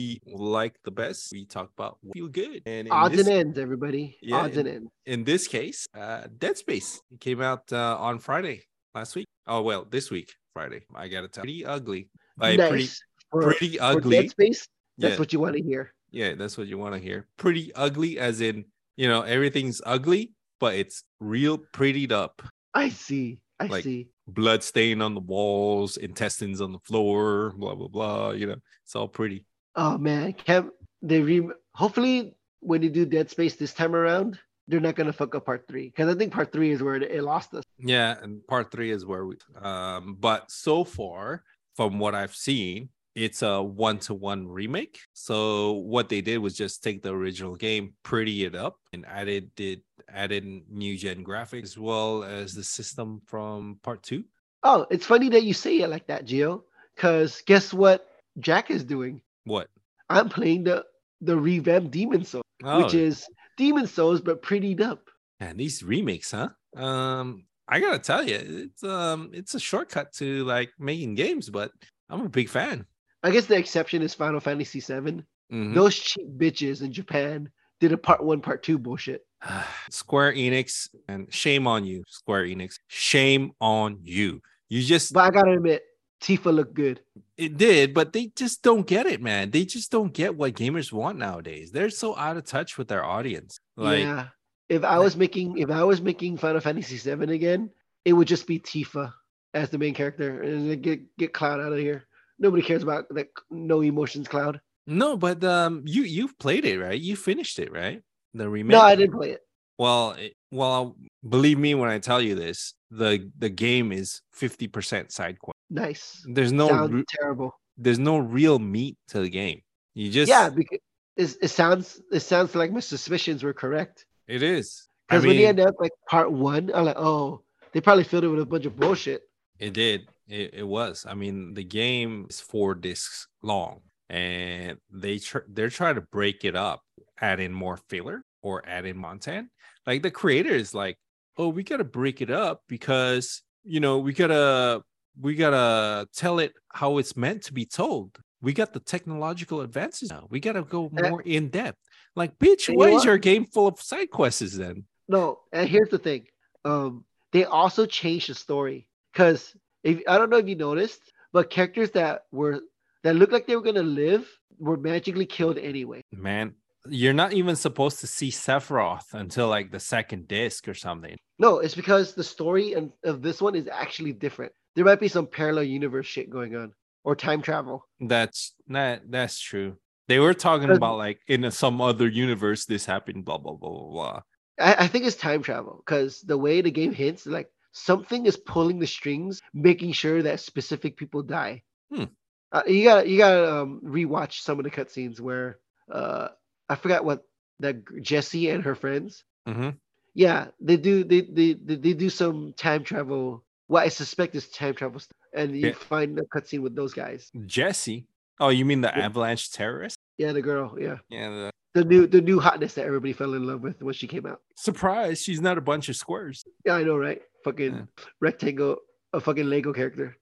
Speaker 1: like the best we talk about what feel good and in
Speaker 2: Odds
Speaker 1: this,
Speaker 2: and ends, everybody.
Speaker 1: Yeah,
Speaker 2: Odds and ends.
Speaker 1: in this case uh dead space it came out uh on friday last week oh well this week friday i gotta tell pretty ugly like pretty
Speaker 2: nice. For-
Speaker 1: pretty
Speaker 2: for
Speaker 1: ugly
Speaker 2: Dead Space. That's
Speaker 1: yeah
Speaker 2: what you want to hear.
Speaker 1: Yeah, that's what you want to hear. Pretty ugly, as in, you know, everything's ugly, but it's real prettied up.
Speaker 2: I see. I
Speaker 1: Like-
Speaker 2: see.
Speaker 1: Blood stain on the walls, intestines on the floor, blah, blah, blah. You know, it's all pretty.
Speaker 2: Oh man, Cam. They re- hopefully when they do Dead Space this time around, they're not gonna fuck up part three because I think part three is where it, it lost us.
Speaker 1: Yeah. And part three is where we, um, but so far, from what I've seen, it's a one to one remake. So what they did was just take the original game, pretty it up, and added did added new gen graphics as well as the system from part two.
Speaker 2: Oh, it's funny that you say it like that, Gio, Cause guess what Jack is doing?
Speaker 1: What?
Speaker 2: I'm playing the the revamped Demon Soul,
Speaker 1: Oh,
Speaker 2: which is Demon Souls but prettied up.
Speaker 1: man, these remakes, huh? Um, I gotta tell you, it's um, it's a shortcut to like making games, but I'm a big fan.
Speaker 2: I guess the exception is Final Fantasy VII.
Speaker 1: Mhm.
Speaker 2: Those cheap bitches in Japan did a part one, part two bullshit.
Speaker 1: Square Enix, and shame on you, Square Enix. Shame on you. You just
Speaker 2: But I gotta admit, Tifa looked good.
Speaker 1: it did, but they just don't get it, man. They just don't get what gamers want nowadays. They're so out of touch with their audience. Like,
Speaker 2: yeah. If I
Speaker 1: like-
Speaker 2: was making if I was making Final Fantasy VII again, it would just be Tifa as the main character, and then get get Cloud out of here. Nobody cares about that. No emotions, Cloud.
Speaker 1: no, but um, you you've played it, right? You finished it, right? The remake.
Speaker 2: No, I didn't play it.
Speaker 1: Well, it, well, believe me when I tell you this. The the game is fifty percent side quest.
Speaker 2: Nice.
Speaker 1: There's no
Speaker 2: Sounds
Speaker 1: re-
Speaker 2: terrible.
Speaker 1: there's no real meat to the game. You just
Speaker 2: Yeah, because it, it sounds it sounds like my suspicions were correct.
Speaker 1: it is. I
Speaker 2: Because when they
Speaker 1: mean-
Speaker 2: end up like part one, I'm like, oh, they probably filled it with a bunch of bullshit.
Speaker 1: It did. It, it was. I mean, the game is four discs long, and they tr- they're trying to break it up, add in more filler or add in Montan. Like the creator is like, oh, we gotta break it up because you know we gotta we gotta tell it how it's meant to be told. We got the technological advances now. We gotta go
Speaker 2: Uh,
Speaker 1: more in depth. Like, bitch,
Speaker 2: you
Speaker 1: why
Speaker 2: know
Speaker 1: is
Speaker 2: what?
Speaker 1: your game full of side quests then?
Speaker 2: No, and here's the thing. Um, they also changed the story because if I don't know if you noticed, but characters that were that looked like they were gonna live were magically killed anyway.
Speaker 1: Man, you're not even supposed to see Sephiroth until like the second disc or something.
Speaker 2: No, it's because the story and of this one is actually different. There might be some parallel universe shit going on or time travel.
Speaker 1: That's that that's true. They were talking
Speaker 2: Cause-
Speaker 1: about like in a, some other universe this happened, blah blah blah blah blah.
Speaker 2: I, I think it's time travel because the way the game hints, like something is pulling the strings, making sure that specific people die.
Speaker 1: Hmm.
Speaker 2: Uh, you gotta you gotta um, rewatch some of the cutscenes where uh, I forgot what that g- Jesse and her friends.
Speaker 1: Mhm.
Speaker 2: Yeah, they do they they they, they do some time travel. What I suspect is time travel, stuff, and you
Speaker 1: Yeah. Mm.
Speaker 2: find the cutscene with those guys.
Speaker 1: Jesse. Oh, you mean the
Speaker 2: Yeah.
Speaker 1: avalanche terrorist?
Speaker 2: Yeah, the girl. Yeah,
Speaker 1: Yeah. The,
Speaker 2: the new the new hotness that everybody fell in love with when she came out.
Speaker 1: surprise, she's not a bunch of squares.
Speaker 2: Yeah, I know, right? Fucking
Speaker 1: Yeah.
Speaker 2: rectangle, a fucking Lego character.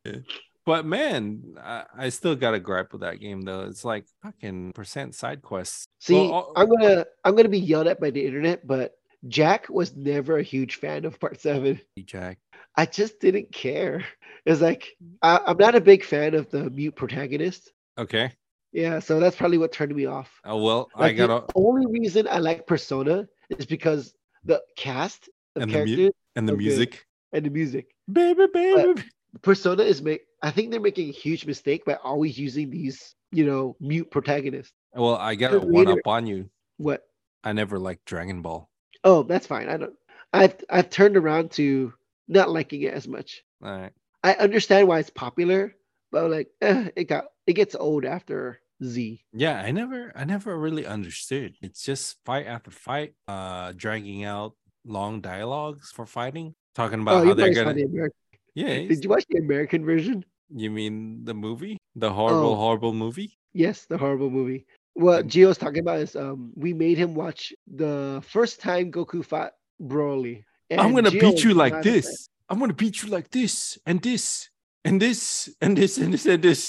Speaker 1: But man, I, I still got to gripe with that game though. It's like fucking percent side quests.
Speaker 2: See,
Speaker 1: Well, uh,
Speaker 2: I'm gonna I'm gonna be yelled at by the internet, but Jack was never a huge fan of Part Seven.
Speaker 1: Jack.
Speaker 2: I just didn't care. It's like I, I'm not a big fan of the mute protagonist.
Speaker 1: Okay.
Speaker 2: Yeah, so that's probably what turned me off.
Speaker 1: Oh well, I
Speaker 2: Like,
Speaker 1: got
Speaker 2: the
Speaker 1: to
Speaker 2: only reason I like Persona is because the cast of
Speaker 1: And the mute-
Speaker 2: characters
Speaker 1: and the
Speaker 2: okay.
Speaker 1: music.
Speaker 2: and the music.
Speaker 1: Baby, baby.
Speaker 2: Persona is make I think they're making a huge mistake by always using these, you know, mute protagonists.
Speaker 1: Well, I got to
Speaker 2: the
Speaker 1: one
Speaker 2: leader-
Speaker 1: up on you.
Speaker 2: What
Speaker 1: I never liked Dragon Ball.
Speaker 2: Oh, that's fine. I don't. I've I've turned around to not liking it as much.
Speaker 1: All right.
Speaker 2: I understand why it's popular, but like eh, it got it gets old after Z.
Speaker 1: Yeah, I never I never really understood. It's just fight after fight, uh dragging out long dialogues for fighting, talking about
Speaker 2: oh,
Speaker 1: how
Speaker 2: you
Speaker 1: they're
Speaker 2: guys
Speaker 1: gonna
Speaker 2: saw the American?
Speaker 1: Yeah,
Speaker 2: Did you watch the American version?
Speaker 1: you mean the movie? The horrible,
Speaker 2: Oh.
Speaker 1: horrible movie?
Speaker 2: Yes, the horrible movie. What
Speaker 1: Mm.
Speaker 2: Gio's talking about is um we made him watch the first time Goku fought Broly.
Speaker 1: I'm
Speaker 2: and
Speaker 1: gonna
Speaker 2: Gio
Speaker 1: beat you
Speaker 2: was
Speaker 1: like
Speaker 2: not a fan.
Speaker 1: this. I'm gonna beat you like this and this and this and this and this and this.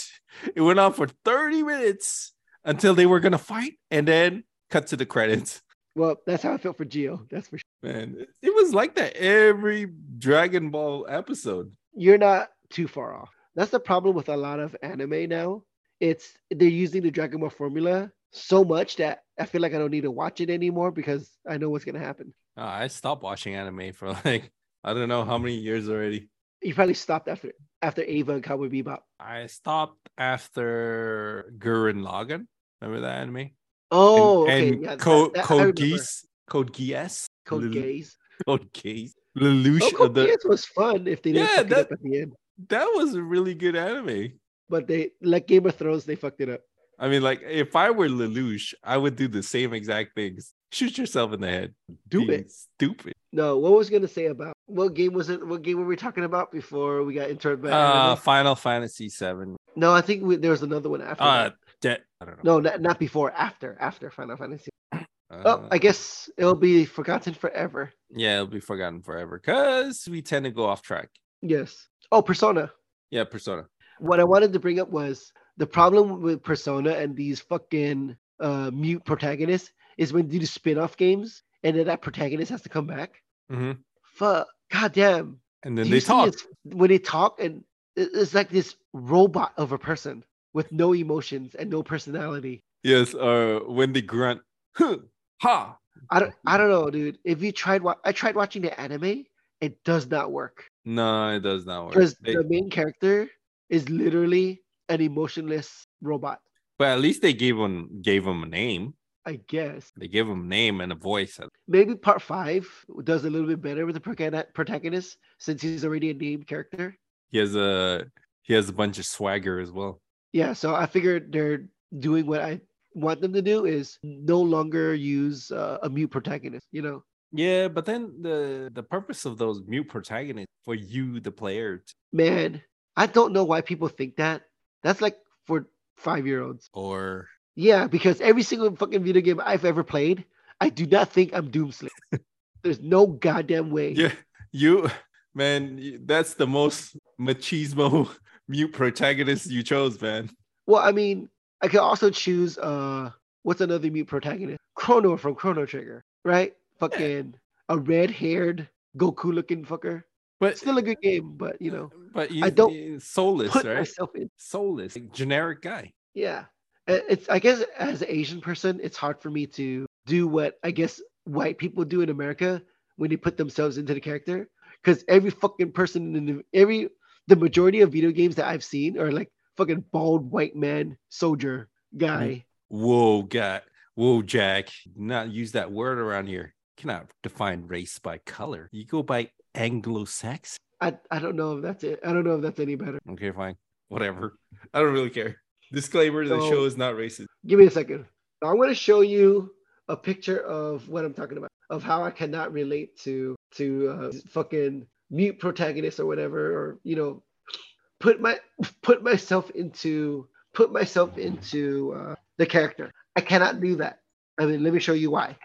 Speaker 1: It went on for 30 minutes until they were gonna fight and then cut to the credits.
Speaker 2: Well, that's how I felt for Gio. That's for sure.
Speaker 1: Man, it- it was like that every Dragon Ball episode.
Speaker 2: You're not too far off. That's the problem with a lot of anime now. It's they're using the Dragon Ball formula so much that I feel like I don't need to watch it anymore because I know what's gonna happen.
Speaker 1: Uh, I stopped watching anime for like I don't know how many years already.
Speaker 2: You probably stopped after after Ava and Cowboy Bebop.
Speaker 1: I stopped after Gurren Lagann. Remember that anime?
Speaker 2: Oh,
Speaker 1: and,
Speaker 2: okay.
Speaker 1: and
Speaker 2: yeah, that-
Speaker 1: Code
Speaker 2: that- I
Speaker 1: Code
Speaker 2: remember.
Speaker 1: Geass, Code Geass,
Speaker 2: Code
Speaker 1: Lel-
Speaker 2: Gaze.
Speaker 1: Code Geass, Lelouch.
Speaker 2: Oh,
Speaker 1: uh,
Speaker 2: Code
Speaker 1: the-
Speaker 2: Geass was fun if they didn't
Speaker 1: Yeah,
Speaker 2: fuck
Speaker 1: that-
Speaker 2: it up at the end.
Speaker 1: that was a really good anime.
Speaker 2: But they like Game of Thrones, they fucked it up.
Speaker 1: I mean, like if I were Lelouch, I would do the same exact things. Shoot yourself in the head.
Speaker 2: Do
Speaker 1: Being
Speaker 2: it.
Speaker 1: Stupid.
Speaker 2: No, what was I gonna say about what game was it? What game were we talking about before we got interred by?
Speaker 1: Uh,
Speaker 2: anime?
Speaker 1: Final Fantasy Seven.
Speaker 2: no, I think we, there was another one after.
Speaker 1: Uh,
Speaker 2: that.
Speaker 1: de- I don't know.
Speaker 2: No, not, not before. After, after Final Fantasy.
Speaker 1: Uh,
Speaker 2: oh, I guess it'll be forgotten forever.
Speaker 1: yeah, it'll be forgotten forever because we tend to go off track.
Speaker 2: Yes. Oh, Persona.
Speaker 1: Yeah, Persona.
Speaker 2: What I wanted to bring up was the problem with Persona and these fucking uh, mute protagonists is when you do spin-off games and then that protagonist has to come back.
Speaker 1: hmm
Speaker 2: Fuck, goddamn.
Speaker 1: And then
Speaker 2: Do
Speaker 1: they
Speaker 2: you see
Speaker 1: talk.
Speaker 2: it's- when they talk, and it- it's like this robot of a person with no emotions and no personality.
Speaker 1: Yes. Uh, when they grunt. "Huh, ha.
Speaker 2: I don't, I don't know, dude. If you tried, wa- I tried watching the anime. It does not work
Speaker 1: No, it does not work.
Speaker 2: because
Speaker 1: They-
Speaker 2: the main character is literally an emotionless robot.
Speaker 1: but at least they gave him gave him a name.
Speaker 2: I guess
Speaker 1: They gave him a name and a voice.
Speaker 2: maybe part five does a little bit better with the proca- protagonist since he's already a named character.
Speaker 1: He has a he has a bunch of swagger as well.
Speaker 2: Yeah, so I figured they're doing what I want them to do is no longer use uh, a mute protagonist. You know,
Speaker 1: Yeah, but then the the purpose of those mute protagonists for you, the player. To,
Speaker 2: man, I don't know why people think that. That's like for five year olds.
Speaker 1: or
Speaker 2: Yeah, because every single fucking video game I've ever played, I do not think I'm Doomslayer. There's no goddamn way.
Speaker 1: yeah, you man, you- that's the most machismo mute protagonist you chose, man.
Speaker 2: Well, I mean, I could also choose uh what's another mute protagonist? Chrono from Chrono Trigger, right? Fucking a red haired Goku looking fucker.
Speaker 1: But
Speaker 2: Still a good game, but you know,
Speaker 1: but you,
Speaker 2: I don't
Speaker 1: soulless,
Speaker 2: put
Speaker 1: right?
Speaker 2: myself in.
Speaker 1: Soulless, like, generic guy.
Speaker 2: Yeah. I- It's I guess as an Asian person, it's hard for me to do what I guess white people do in America when they put themselves into the character. Because every fucking person in the every the majority of video games that I've seen are like fucking bald white man soldier
Speaker 1: Mm-hmm.
Speaker 2: guy.
Speaker 1: Whoa, God, whoa, Jack, not use that word around here. Cannot define race by color. You go by Anglo-Saxon.
Speaker 2: I, I don't know if that's it. I don't know if that's any better.
Speaker 1: Okay, fine. Whatever. I don't really care. Disclaimer the
Speaker 2: So-
Speaker 1: show is not racist.
Speaker 2: Give me a second. I'm gonna show you a picture of what I'm talking about, of how I cannot relate to to uh, fucking mute protagonists or whatever, or you know, put my put myself into put myself into uh, the character. I cannot do that. I mean, let me show you why.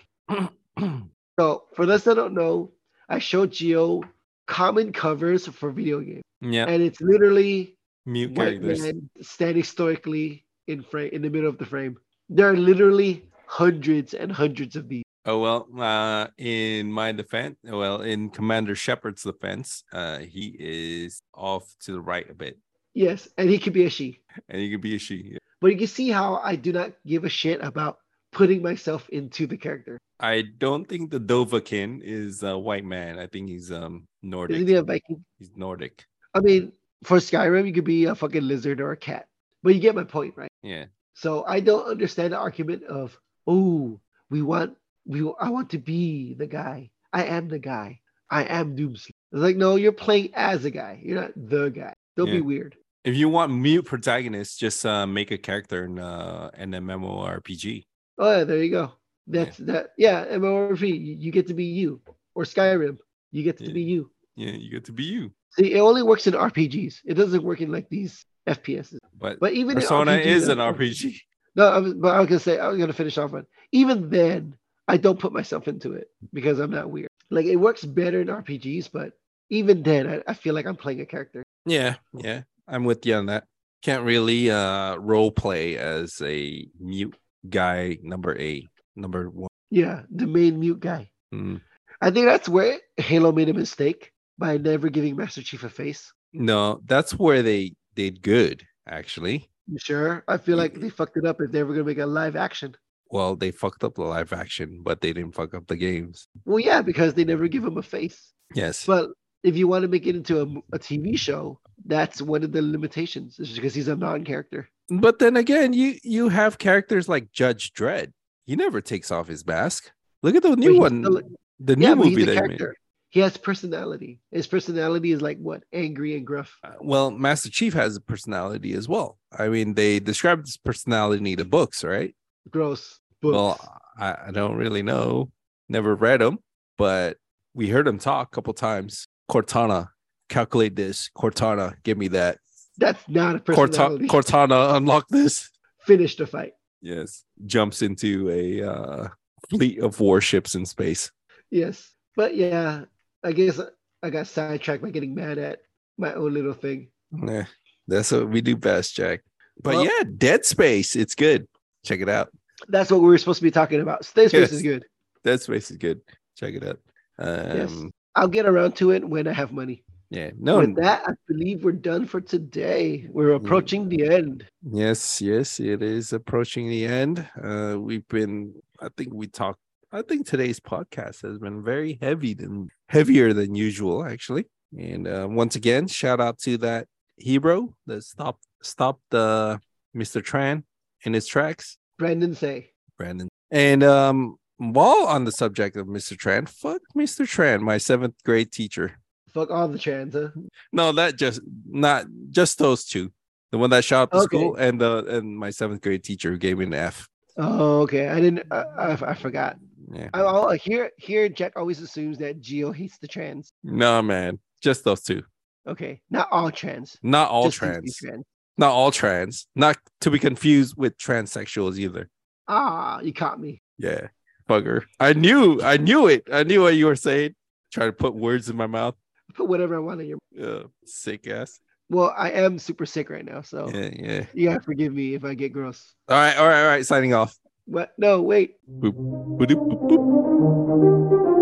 Speaker 2: So, for those that don't know, I showed Geo common covers for video games,
Speaker 1: yeah,
Speaker 2: and it's literally
Speaker 1: mute
Speaker 2: white
Speaker 1: characters.
Speaker 2: man standing stoically in frame in the middle of the frame. There are literally hundreds and hundreds of these.
Speaker 1: Oh well, uh, in my defense, oh, well, in Commander Shepard's defense, uh, he is off to the right a bit,
Speaker 2: Yes, and he could be a she.
Speaker 1: and he could be a she.
Speaker 2: But you can see how I do not give a shit about putting myself into the character.
Speaker 1: I don't think the Dovahkiin is a white man. I think he's um Nordic.
Speaker 2: Isn't he a Viking?
Speaker 1: He's Nordic.
Speaker 2: I mean, for Skyrim, you could be a fucking lizard or a cat. But you get my point, right?
Speaker 1: Yeah.
Speaker 2: So I don't understand the argument of, oh, we want we I want to be the guy. I am the guy. I am Doomslayer. It's like, no, you're playing as a guy. You're not the guy. Don't
Speaker 1: Yeah.
Speaker 2: be weird.
Speaker 1: If you want mute protagonists, just uh, make a character in uh, an MMORPG.
Speaker 2: Oh yeah, there you go. That's that yeah, MMORP. You, you get to be you. Or Skyrim. You get to
Speaker 1: Yeah.
Speaker 2: be you.
Speaker 1: Yeah, you get to be you.
Speaker 2: See, it only works in RPGs. It doesn't work in like these FPSs.
Speaker 1: But,
Speaker 2: But even in
Speaker 1: Persona
Speaker 2: RPGs,
Speaker 1: is an
Speaker 2: I-
Speaker 1: RPG.
Speaker 2: No, I was, but I was gonna say I was gonna finish off on. Even then, I don't put myself into it because I'm not weird. Like it works better in RPGs, but even then, I, I feel like I'm playing a character.
Speaker 1: Yeah, yeah, I'm with you on that. Can't really uh role play as a mute guy number eight, number one.
Speaker 2: Yeah, the main mute guy.
Speaker 1: Mm.
Speaker 2: I think that's where Halo made a mistake by never giving Master Chief a face.
Speaker 1: No, that's where they did good actually.
Speaker 2: You sure? I feel like they fucked it up if they were gonna make a live action.
Speaker 1: Well, they fucked up the live action, but they didn't fuck up the games.
Speaker 2: Well, yeah, because they never give him a face.
Speaker 1: Yes,
Speaker 2: But if you want to make it into a, m- a TV show, that's one of the limitations. It's because he's a non-character.
Speaker 1: but then again, you you have characters like Judge Dredd. He never takes off his mask. Look at the
Speaker 2: But
Speaker 1: new
Speaker 2: he's
Speaker 1: one,
Speaker 2: still-
Speaker 1: the new
Speaker 2: yeah, but
Speaker 1: movie
Speaker 2: he's a
Speaker 1: they made.
Speaker 2: character. He has personality. His personality is like what angry and gruff.
Speaker 1: Uh, Well, Master Chief has a personality as well. I mean, they described his personality in the books, right?
Speaker 2: gross books.
Speaker 1: Well, I, I don't really know. Never read them, but we heard him talk a couple times. Cortana, calculate this. Cortana, give me that.
Speaker 2: That's not a
Speaker 1: Corta-
Speaker 2: personality.
Speaker 1: Cortana, unlock this.
Speaker 2: Finish the fight.
Speaker 1: Yes. Jumps into a uh, fleet of warships in space.
Speaker 2: Yes, but yeah, I guess I got sidetracked by getting mad at my own little thing.
Speaker 1: Yeah, that's what we do best, Jack. But
Speaker 2: Well-
Speaker 1: yeah, Dead Space, it's good. Check it out.
Speaker 2: That's what we were supposed to be talking about. Stay space
Speaker 1: Yes.
Speaker 2: is good.
Speaker 1: Dead Space is good. Check it out. Um,
Speaker 2: I'll get around to it when I have money.
Speaker 1: Yeah. No. Mm.
Speaker 2: With that, I believe we're done for today. We're approaching the end.
Speaker 1: Yes, yes, it is approaching the end. Uh, we've been, I think we talked, I think today's podcast has been very heavy than heavier than usual, actually. And uh, once again, shout out to that hero that stopped stopped uh, Mr. Tran in his tracks,
Speaker 2: Brandon say.
Speaker 1: Brandon. And um, while on the subject of Mr. Tran, fuck Mr. Tran, my seventh grade teacher.
Speaker 2: Fuck all the trans. Huh?
Speaker 1: No, that just not just those two. The one that shot up to
Speaker 2: Okay.
Speaker 1: school and the and my seventh grade teacher who gave me an F.
Speaker 2: Oh, okay. I didn't. I, I, I forgot.
Speaker 1: Yeah.
Speaker 2: I, I, here, here, Jack always assumes that Geo hates the trans.
Speaker 1: No, man. Just those two.
Speaker 2: Okay, not all trans.
Speaker 1: Not all
Speaker 2: Just these two
Speaker 1: trans.
Speaker 2: trans.
Speaker 1: Not all trans. Not to be confused with transsexuals either.
Speaker 2: Ah, you caught me.
Speaker 1: Yeah. Bugger. I knew. I knew it. I knew what you were saying. Trying to put words in my mouth.
Speaker 2: Put whatever I want in your.
Speaker 1: Uh, sick ass.
Speaker 2: Well, I am super sick right now, so
Speaker 1: Yeah. Yeah.
Speaker 2: you gotta forgive me if I get gross.
Speaker 1: All right. All right. All right. Signing off.
Speaker 2: What? No, wait.
Speaker 1: Boop, boop, boop, boop.